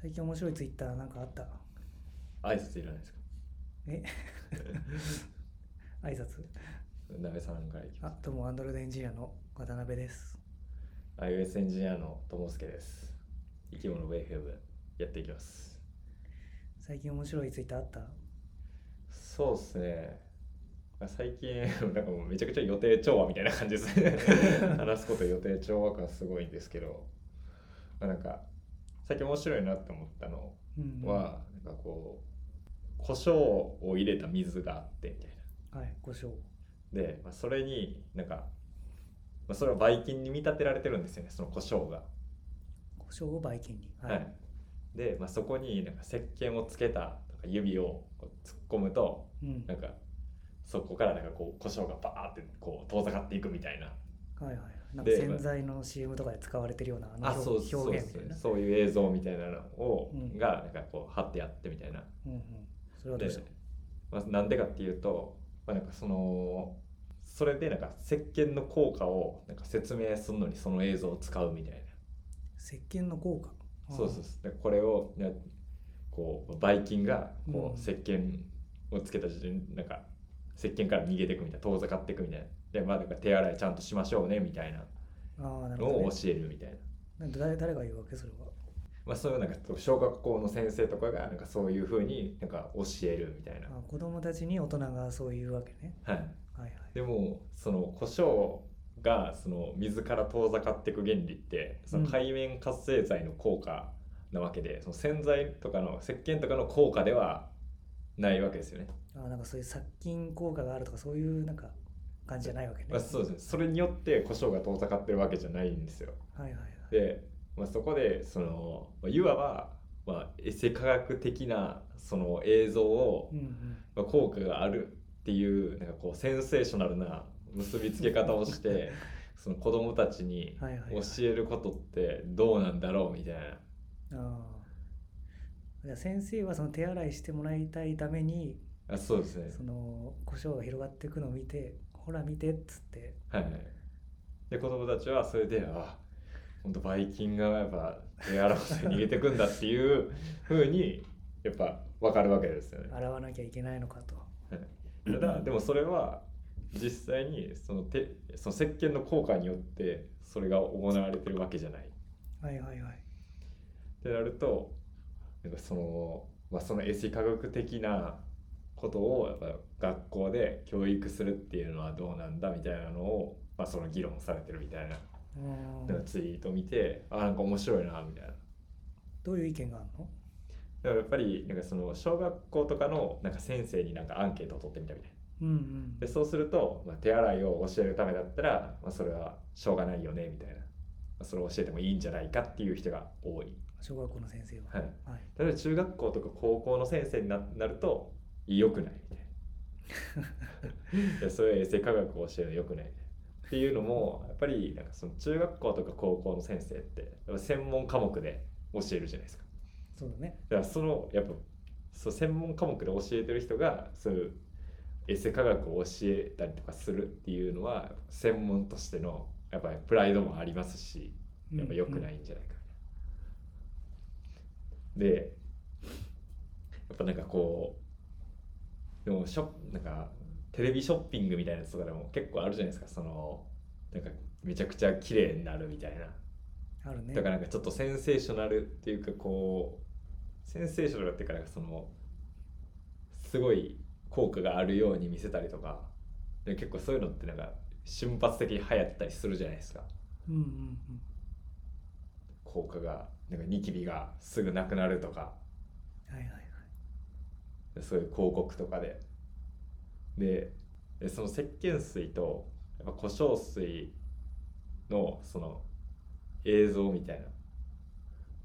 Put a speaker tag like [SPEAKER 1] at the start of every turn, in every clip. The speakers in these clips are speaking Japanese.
[SPEAKER 1] 最近面白いツイッターなんかあった
[SPEAKER 2] 挨拶いらないですか
[SPEAKER 1] え挨拶
[SPEAKER 2] 鍋さんからいきま
[SPEAKER 1] あどうもアンドロイドエンジニアの渡辺です
[SPEAKER 2] す iOS エンジニアのともすけです生き物ウェイフェブやっていきます
[SPEAKER 1] 最近面白いツイッターあった
[SPEAKER 2] そうっすねまあ最近 なんかもうめちゃくちゃ予定調和みたいな感じですね話すこと予定調和感すごいんですけど、まあ、なんか最近面白いなって思ったの
[SPEAKER 1] うん
[SPEAKER 2] は、なんかこう胡椒を入れた水があってみたいな
[SPEAKER 1] はいご賞
[SPEAKER 2] で、まあ、それになんか、まあ、それはばい菌に見立てられてるんですよねその胡椒が。
[SPEAKER 1] ご賞をバイキンに
[SPEAKER 2] はいで、まあ、そこになんか石鹸をつけたとか指をこう突っ込むと
[SPEAKER 1] うん
[SPEAKER 2] なんかそこからなんかこう胡椒がバーってこう遠ざかっていくみたいな
[SPEAKER 1] はいはいなんか
[SPEAKER 2] で
[SPEAKER 1] 洗剤の CM とかで使われてるようなあの
[SPEAKER 2] あ
[SPEAKER 1] 表
[SPEAKER 2] そうそう
[SPEAKER 1] 表
[SPEAKER 2] で
[SPEAKER 1] 現
[SPEAKER 2] す
[SPEAKER 1] みたいな
[SPEAKER 2] ねそういう映像みたいなのを、
[SPEAKER 1] うん
[SPEAKER 2] がなんかこう貼ってやってみたいな。
[SPEAKER 1] うんうんそれはどうした
[SPEAKER 2] でまあ、なんでかっていうと、まあ、なんかそのそれでなんか石鹸の効果をなんか説明するのにその映像を使うみたいな。
[SPEAKER 1] 石鹸の効果あー
[SPEAKER 2] そうそうそうでこれをねこうバイ菌が
[SPEAKER 1] う
[SPEAKER 2] こ
[SPEAKER 1] ん
[SPEAKER 2] う石鹸をつけた時点でなんか石鹸から逃げていくみたいな遠ざかっていくみたいなで、まあ、なんか手洗いちゃんとしましょうねみたいな
[SPEAKER 1] ああなる
[SPEAKER 2] の
[SPEAKER 1] ほど、
[SPEAKER 2] を
[SPEAKER 1] ね、
[SPEAKER 2] 教えるみたいな、
[SPEAKER 1] なんか誰誰が言うわけそれは
[SPEAKER 2] まあ、そういうなんか小学校の先生とかがなんかそういうふうになんか教えるみたいな、
[SPEAKER 1] あー子供たちに大人がそういうわけね
[SPEAKER 2] はい、
[SPEAKER 1] はいはい
[SPEAKER 2] でもその胡椒がその水から遠ざかっていく原理ってその海面活性剤の効果なわけで、その洗剤とかの石鹸とかの効果ではないわけですよね。
[SPEAKER 1] あーなんかそういう殺菌効果があるとかそういうなんか感じじゃないわけね。
[SPEAKER 2] まあ、そうですねそれによって胡椒が遠ざかってるわけじゃないんですよ。
[SPEAKER 1] はいはいはい。
[SPEAKER 2] で、まあ、そこでそのまあいわば、まあ、エセ科学的なその映像を
[SPEAKER 1] うんうん。
[SPEAKER 2] まあ、効果があるっていうなんかこうセンセーショナルな結びつけ方をして その子供たちに
[SPEAKER 1] はいはいはい
[SPEAKER 2] 教えることってどうなんだろうみたいな、
[SPEAKER 1] ああ。じゃあ先生はその手洗いしてもらいたいために
[SPEAKER 2] あそうですね
[SPEAKER 1] その胡椒が広がっていくのを見てほら見てっつって
[SPEAKER 2] はいはいで子供たちはそれであ本当バイキンがやっぱ手洗わずに逃げてくんだっていうふうにやっぱ分かるわけですよね
[SPEAKER 1] 洗わなきゃいけないのかと。
[SPEAKER 2] ただでもそれは実際にその手その石鹸の効果によってそれが行われてるわけじゃない
[SPEAKER 1] はいはいはい。
[SPEAKER 2] ってなるとなんかその,、まあ、そのエシ科学的なことをやっぱ学校で教育するっていうのはどうなんだみたいなのを、まあ、その議論されてるみたいな
[SPEAKER 1] う
[SPEAKER 2] なんか
[SPEAKER 1] ん。
[SPEAKER 2] ツイート見てあなんか面白いなみたいな。
[SPEAKER 1] どういう意見があるの
[SPEAKER 2] だからやっぱりなんかその小学校とかのなんか先生になんかアンケートを取ってみたみたいな
[SPEAKER 1] うんうん
[SPEAKER 2] で。そうすると、まあ、手洗いを教えるためだったら、まあ、それはしょうがないよねみたいな、まあ、それを教えてもいいんじゃないかっていう人が多い、
[SPEAKER 1] 小学校の先生は。
[SPEAKER 2] はい、
[SPEAKER 1] はい。
[SPEAKER 2] 例えば中学校とか高校の先生にななると良くないみたいないやそういう衛生科学を教えるの良くないみたいなっていうのもやっぱりなんかその中学校とか高校の先生ってやっぱ専門科目で教えるじゃないですか
[SPEAKER 1] そうだね。。
[SPEAKER 2] だからそのやっぱそう専門科目で教えてる人がそういう衛生科学を教えたりとかするっていうのは専門としてのやっぱりプライドもありますしやっぱ良くないいんじゃないかみたいな。でやっぱなんかこうでもショップなんかテレビショッピングみたいなやつとかでも結構あるじゃないですかそのなんかめちゃくちゃ綺麗になるみたいな。
[SPEAKER 1] あるね。
[SPEAKER 2] だからなんかちょっとセンセーショナルっていうかこうセンセーショナルっていうかなんかそのすごい効果があるように見せたりとかで結構そういうのってなんか瞬発的に流行ったりするじゃないですか。
[SPEAKER 1] うんうんうん。
[SPEAKER 2] 効果がなんかニキビがすぐなくなるとか
[SPEAKER 1] はいはいはい。
[SPEAKER 2] そういう広告とかでででその石鹸水とやっぱ胡椒水のその映像みたい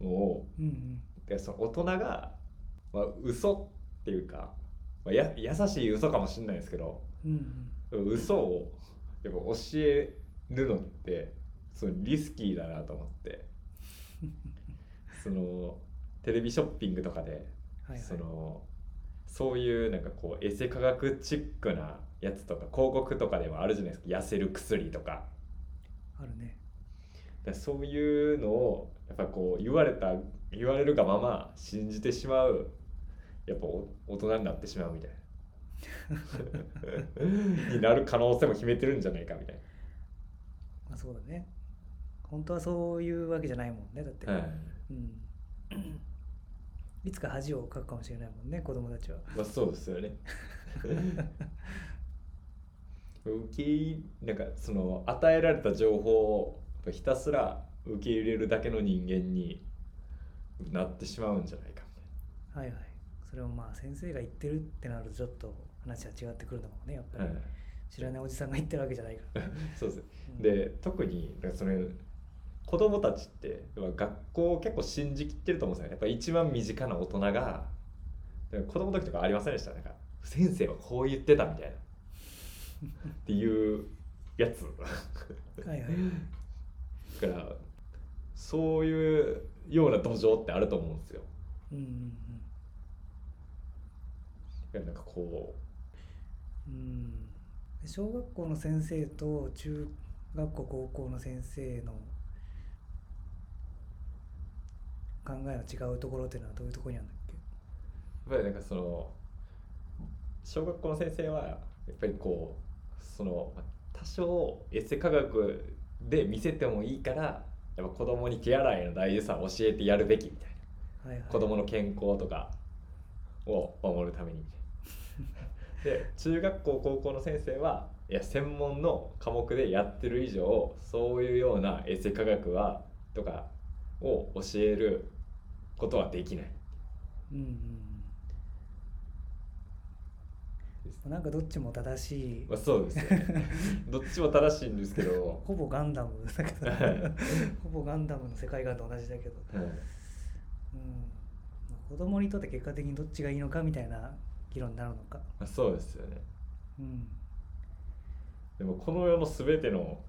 [SPEAKER 2] なのを
[SPEAKER 1] うんうん。
[SPEAKER 2] でその大人が、まあ嘘っていうか、まあ、や優しい嘘かもしれないですけど
[SPEAKER 1] うんうん。
[SPEAKER 2] 嘘をやっぱ教えるのってそのリスキーだなと思ってそのテレビショッピングとかで、
[SPEAKER 1] はいはい。
[SPEAKER 2] そのそういうなんかこうエセ科学チックなやつとか広告とかでもあるじゃないですか痩せる薬とか
[SPEAKER 1] あるね。
[SPEAKER 2] でそういうのをやっぱこう言われた言われるがまま信じてしまうやっぱお大人になってしまうみたいなになる可能性も秘めてるんじゃないかみたい
[SPEAKER 1] まあ、そうだね本当はそういうわけじゃないもんねだって、
[SPEAKER 2] な、はい
[SPEAKER 1] うん、いつか恥をかくかもしれないもんね子供たちは
[SPEAKER 2] まあ、そうですよ ね受け入なんかその与えられた情報をやっぱひたすら受け入れるだけの人間になってしまうんじゃないかみたいな。
[SPEAKER 1] はいはいそれをまあ先生が言ってるってなるとちょっと話は違ってくるのかもねやっぱり、
[SPEAKER 2] はい
[SPEAKER 1] 知らないおじさんが言ってるわけじゃないからね、
[SPEAKER 2] そうです
[SPEAKER 1] うん
[SPEAKER 2] で特になんかその子供たちってまあ学校を結構信じきってると思うんですよねやっぱ一番身近な大人がだから子供の時とかありませんでしたなんか先生はこう言ってたみたいなっていうやつ
[SPEAKER 1] はいはい
[SPEAKER 2] だからそういうような土壌ってあると思うんですよ
[SPEAKER 1] うんうん
[SPEAKER 2] だからなんかこう
[SPEAKER 1] うんうんで小学校の先生と中学校高校の先生の考えの違うところっていうのはどういうところにあるんだっけ
[SPEAKER 2] やっぱりなんかその小学校の先生はやっぱりこうそのまあ多少エセ科学で見せてもいいからやっぱ子供に手洗いの大事さを教えてやるべきみたい
[SPEAKER 1] はいはい
[SPEAKER 2] な子供の健康とかを守るた めにみたいなで中学校高校の先生はいや専門の科目でやってる以上そういうようなエセ科学はとかを教えることはできない
[SPEAKER 1] うんうんうんなんかどっちも正しい
[SPEAKER 2] まあ、そうですよねどっちも正しいんですけど、
[SPEAKER 1] ほぼガンダムだけど
[SPEAKER 2] はい
[SPEAKER 1] ほぼガンダムの世界観と同じだけど、
[SPEAKER 2] はい
[SPEAKER 1] うん、子供にとって結果的にどっちがいいのかみたいな議論になるのか、
[SPEAKER 2] まあ、そうですよね
[SPEAKER 1] うん、
[SPEAKER 2] でもこの世の全ての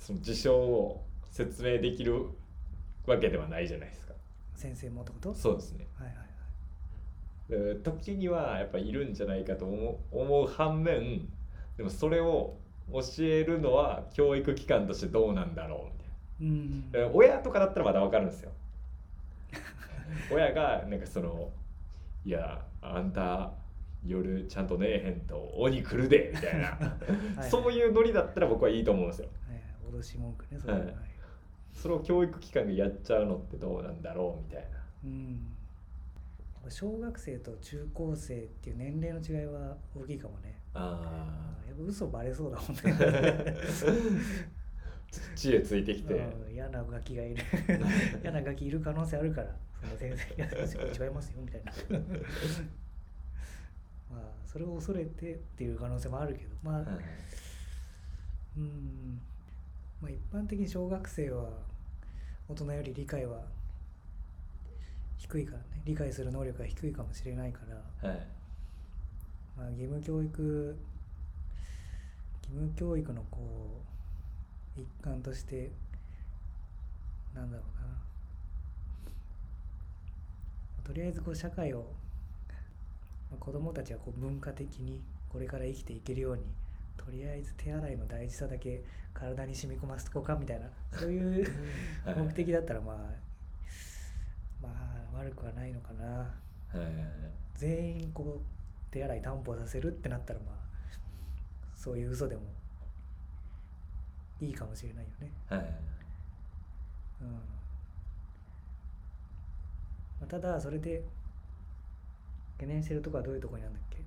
[SPEAKER 2] その事象を説明できるわけではないじゃないですか
[SPEAKER 1] 先生もってこと
[SPEAKER 2] そうですね
[SPEAKER 1] はいはいはい
[SPEAKER 2] で時にはやっぱいるんじゃないかと思う思う反面でもそれを教えるのは教育機関としてどうなんだろうみたいな
[SPEAKER 1] うん
[SPEAKER 2] えー親とかだったらまだわかるんですよ 親がなんかその「いやあんた夜ちゃんと寝えへんと鬼来るで」みたいな
[SPEAKER 1] はい
[SPEAKER 2] そういうノリだったら僕はいいと思うんですよ
[SPEAKER 1] はいはい脅し文句ねそれは、
[SPEAKER 2] はい
[SPEAKER 1] はい
[SPEAKER 2] それを教育機関がやっちゃうのってどうなんだろうみたいな
[SPEAKER 1] うん、やっぱ小学生と中高生っていう年齢の違いは大きいかもね
[SPEAKER 2] あ
[SPEAKER 1] やっぱ嘘バレそうだもん ね
[SPEAKER 2] 知恵ついてきて、
[SPEAKER 1] うん嫌なガキがい る嫌なガキいる可能性あるからその先生いや先生違いますよみたい なまあそれを恐れてっていう可能性もあるけどまあ、
[SPEAKER 2] はい
[SPEAKER 1] うんまあ一般的に小学生は大人より理解は低いからね理解する能力が低いかもしれないから、
[SPEAKER 2] はい
[SPEAKER 1] まあ、義務教育義務教育のこう一環としてなんだろうなとりあえずこう社会を、まあ、子どもたちはこう文化的にこれから生きていけるようにとりあえず手洗いの大事さだけ体に染み込ませとこうかみたいなそういう
[SPEAKER 2] はい
[SPEAKER 1] 目的だったらまあまあ悪くはないのかな。
[SPEAKER 2] はい
[SPEAKER 1] 全員こう手洗い担保させるってなったらまあそういう嘘でもいいかもしれないよね。
[SPEAKER 2] はい
[SPEAKER 1] うんまあ、ただそれで懸念してるとこはどういうとこになるんだっけ
[SPEAKER 2] やっ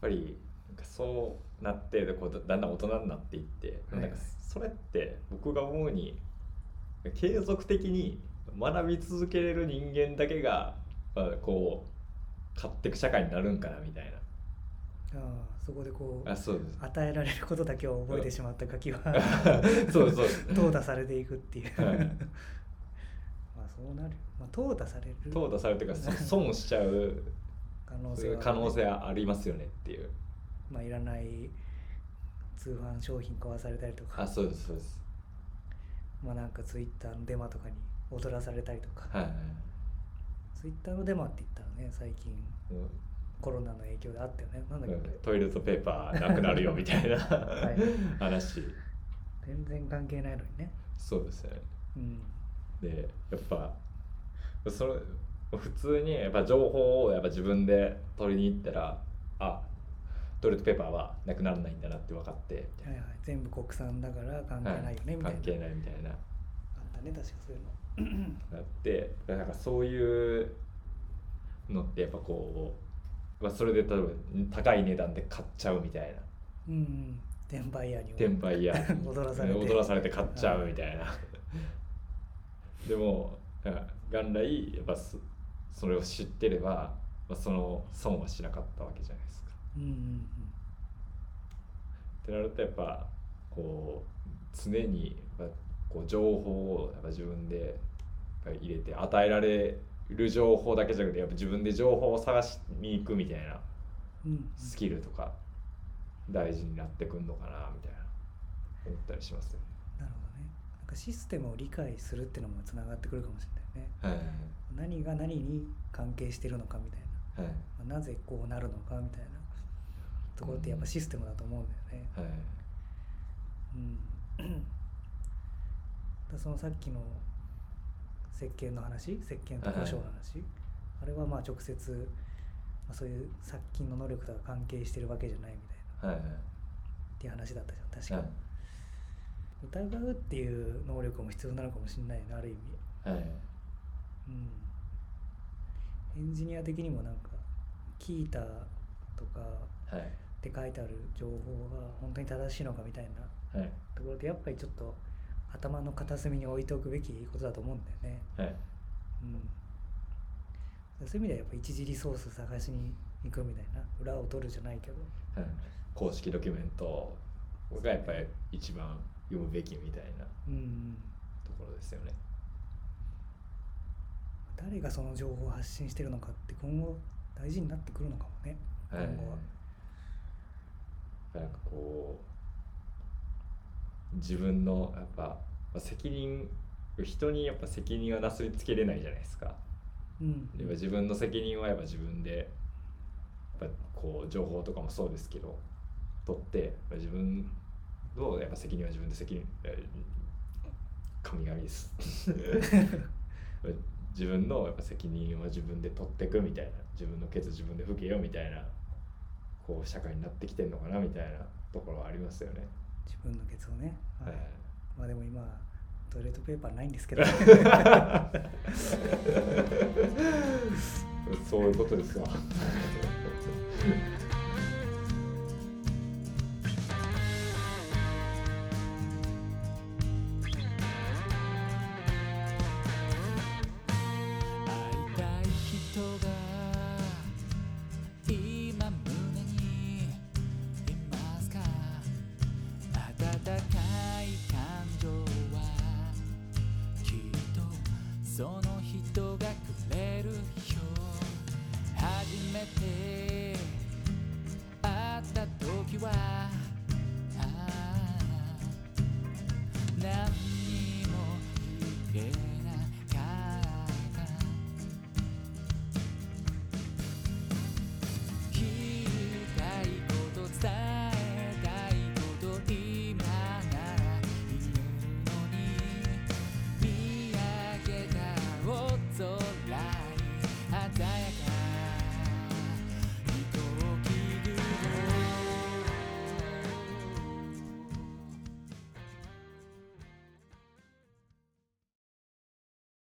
[SPEAKER 2] ぱりなんかそうなってこうだだんだん大人になっていって、
[SPEAKER 1] はい
[SPEAKER 2] なんかそれって僕が思うに継続的に学び続けれる人間だけが、まあ、こう買っていく社会になるんかなみたい
[SPEAKER 1] ああそこでこ
[SPEAKER 2] なあ
[SPEAKER 1] う
[SPEAKER 2] そうです
[SPEAKER 1] 与えられることだけを覚えてしまったガキは
[SPEAKER 2] そうそうです
[SPEAKER 1] 淘汰されていくっていう
[SPEAKER 2] はい
[SPEAKER 1] まあそうなるよ、まあ、淘汰される
[SPEAKER 2] 淘汰されてからそ損しちゃう
[SPEAKER 1] 可能性は
[SPEAKER 2] 可能性はありますよねっていう
[SPEAKER 1] まあいらない通販商品買わされたりとか
[SPEAKER 2] あそうですそうです
[SPEAKER 1] まあなんかツイッターのデマとかに踊らされたりとか、
[SPEAKER 2] はいはい
[SPEAKER 1] ツイッターのデマって言ったらね最近
[SPEAKER 2] うん
[SPEAKER 1] コロナの影響であったよねなんだっけ、
[SPEAKER 2] トイレットペーパーなくなるよみたいな
[SPEAKER 1] い
[SPEAKER 2] 話
[SPEAKER 1] 全然関係ないのにね
[SPEAKER 2] そうですよね
[SPEAKER 1] うん
[SPEAKER 2] でやっぱそれ普通にやっぱ情報をやっぱ自分で取りに行ったらあトイレットペーパーはなくならないんだなって分かって
[SPEAKER 1] はいはい、全部国産だから関係ないよね、みたい
[SPEAKER 2] 関
[SPEAKER 1] な
[SPEAKER 2] 係ないみたいな
[SPEAKER 1] あったね確かそういうの
[SPEAKER 2] なってなんかそういうのってやっぱこう、まあ、それで例えば高い値段で買っちゃうみたいな
[SPEAKER 1] うんうん転売屋にも
[SPEAKER 2] 転売屋
[SPEAKER 1] 踊らされて
[SPEAKER 2] 踊らされて買っちゃうみたいな でもなんか元来やっぱそそれを知ってれば、まあ、その損はしなかったわけじゃないですか
[SPEAKER 1] うんうんうん
[SPEAKER 2] ってなるとやっぱこう常にやっぱこう情報をやっぱ自分でやっぱ入れて与えられる情報だけじゃなくてやっぱ自分で情報を探しに行くみたいな
[SPEAKER 1] うんうん
[SPEAKER 2] スキルとか大事になってくんのかなみたいな思ったりしますよね。
[SPEAKER 1] なるほどねなんかシステムを理解するってのもつながってくるかもしれないね
[SPEAKER 2] はい
[SPEAKER 1] 何が何に関係してるのかみたい
[SPEAKER 2] はい
[SPEAKER 1] な、まあなぜこうなるのかみたいなところってやっぱシステムだと思うんだよね、
[SPEAKER 2] はい
[SPEAKER 1] うん、だそのさっきの石鹸の話石鹸と胡椒の話、あれはまあ直接、まあ、そういう殺菌の能力とか関係してるわけじゃないみたいな
[SPEAKER 2] はいはい
[SPEAKER 1] っていう話だったじゃん確か
[SPEAKER 2] はい
[SPEAKER 1] 疑うっていう能力も必要なのかもしれないなある意味、
[SPEAKER 2] はい
[SPEAKER 1] うん、エンジニア的にもなんか聞いたとか
[SPEAKER 2] はい
[SPEAKER 1] って書いてある情報が本当に正しいのかみたいな
[SPEAKER 2] はい
[SPEAKER 1] ところでやっぱりちょっと頭の片隅に置いておくべきことだと思うんだよね。
[SPEAKER 2] はい
[SPEAKER 1] うん、そういう意味ではやっぱ一次リソース探しに行くみたいな裏を取るじゃないけど、
[SPEAKER 2] はい公式ドキュメントがやっぱり一番読むべきみたいな
[SPEAKER 1] うん、
[SPEAKER 2] ところですよね。
[SPEAKER 1] 誰がその情報を発信してるのかって今後大事になってくるのかもね
[SPEAKER 2] はい
[SPEAKER 1] 今後は。
[SPEAKER 2] なんかこう自分のやっぱまあ責任人にやっぱ責任はなすりつけれないじゃないですか。
[SPEAKER 1] うん
[SPEAKER 2] でも 自分の責任はやっぱ自分でやっぱこう情報とかもそうですけど取ってやっぱ自分のやっぱ責任は自分で責任えー神々です 自分のやっぱ責任は自分で取ってくみたいな自分のケツ自分で吹けよみたいなこう社会になってきてんのかなみたいなところはありますよね。
[SPEAKER 1] 自分のケツをね、はい
[SPEAKER 2] はい
[SPEAKER 1] まあでも今トイレットペーパーないんですけど
[SPEAKER 2] そういうことですわ。
[SPEAKER 3] 会いたい人が今胸にいますか温かい感情はきっとその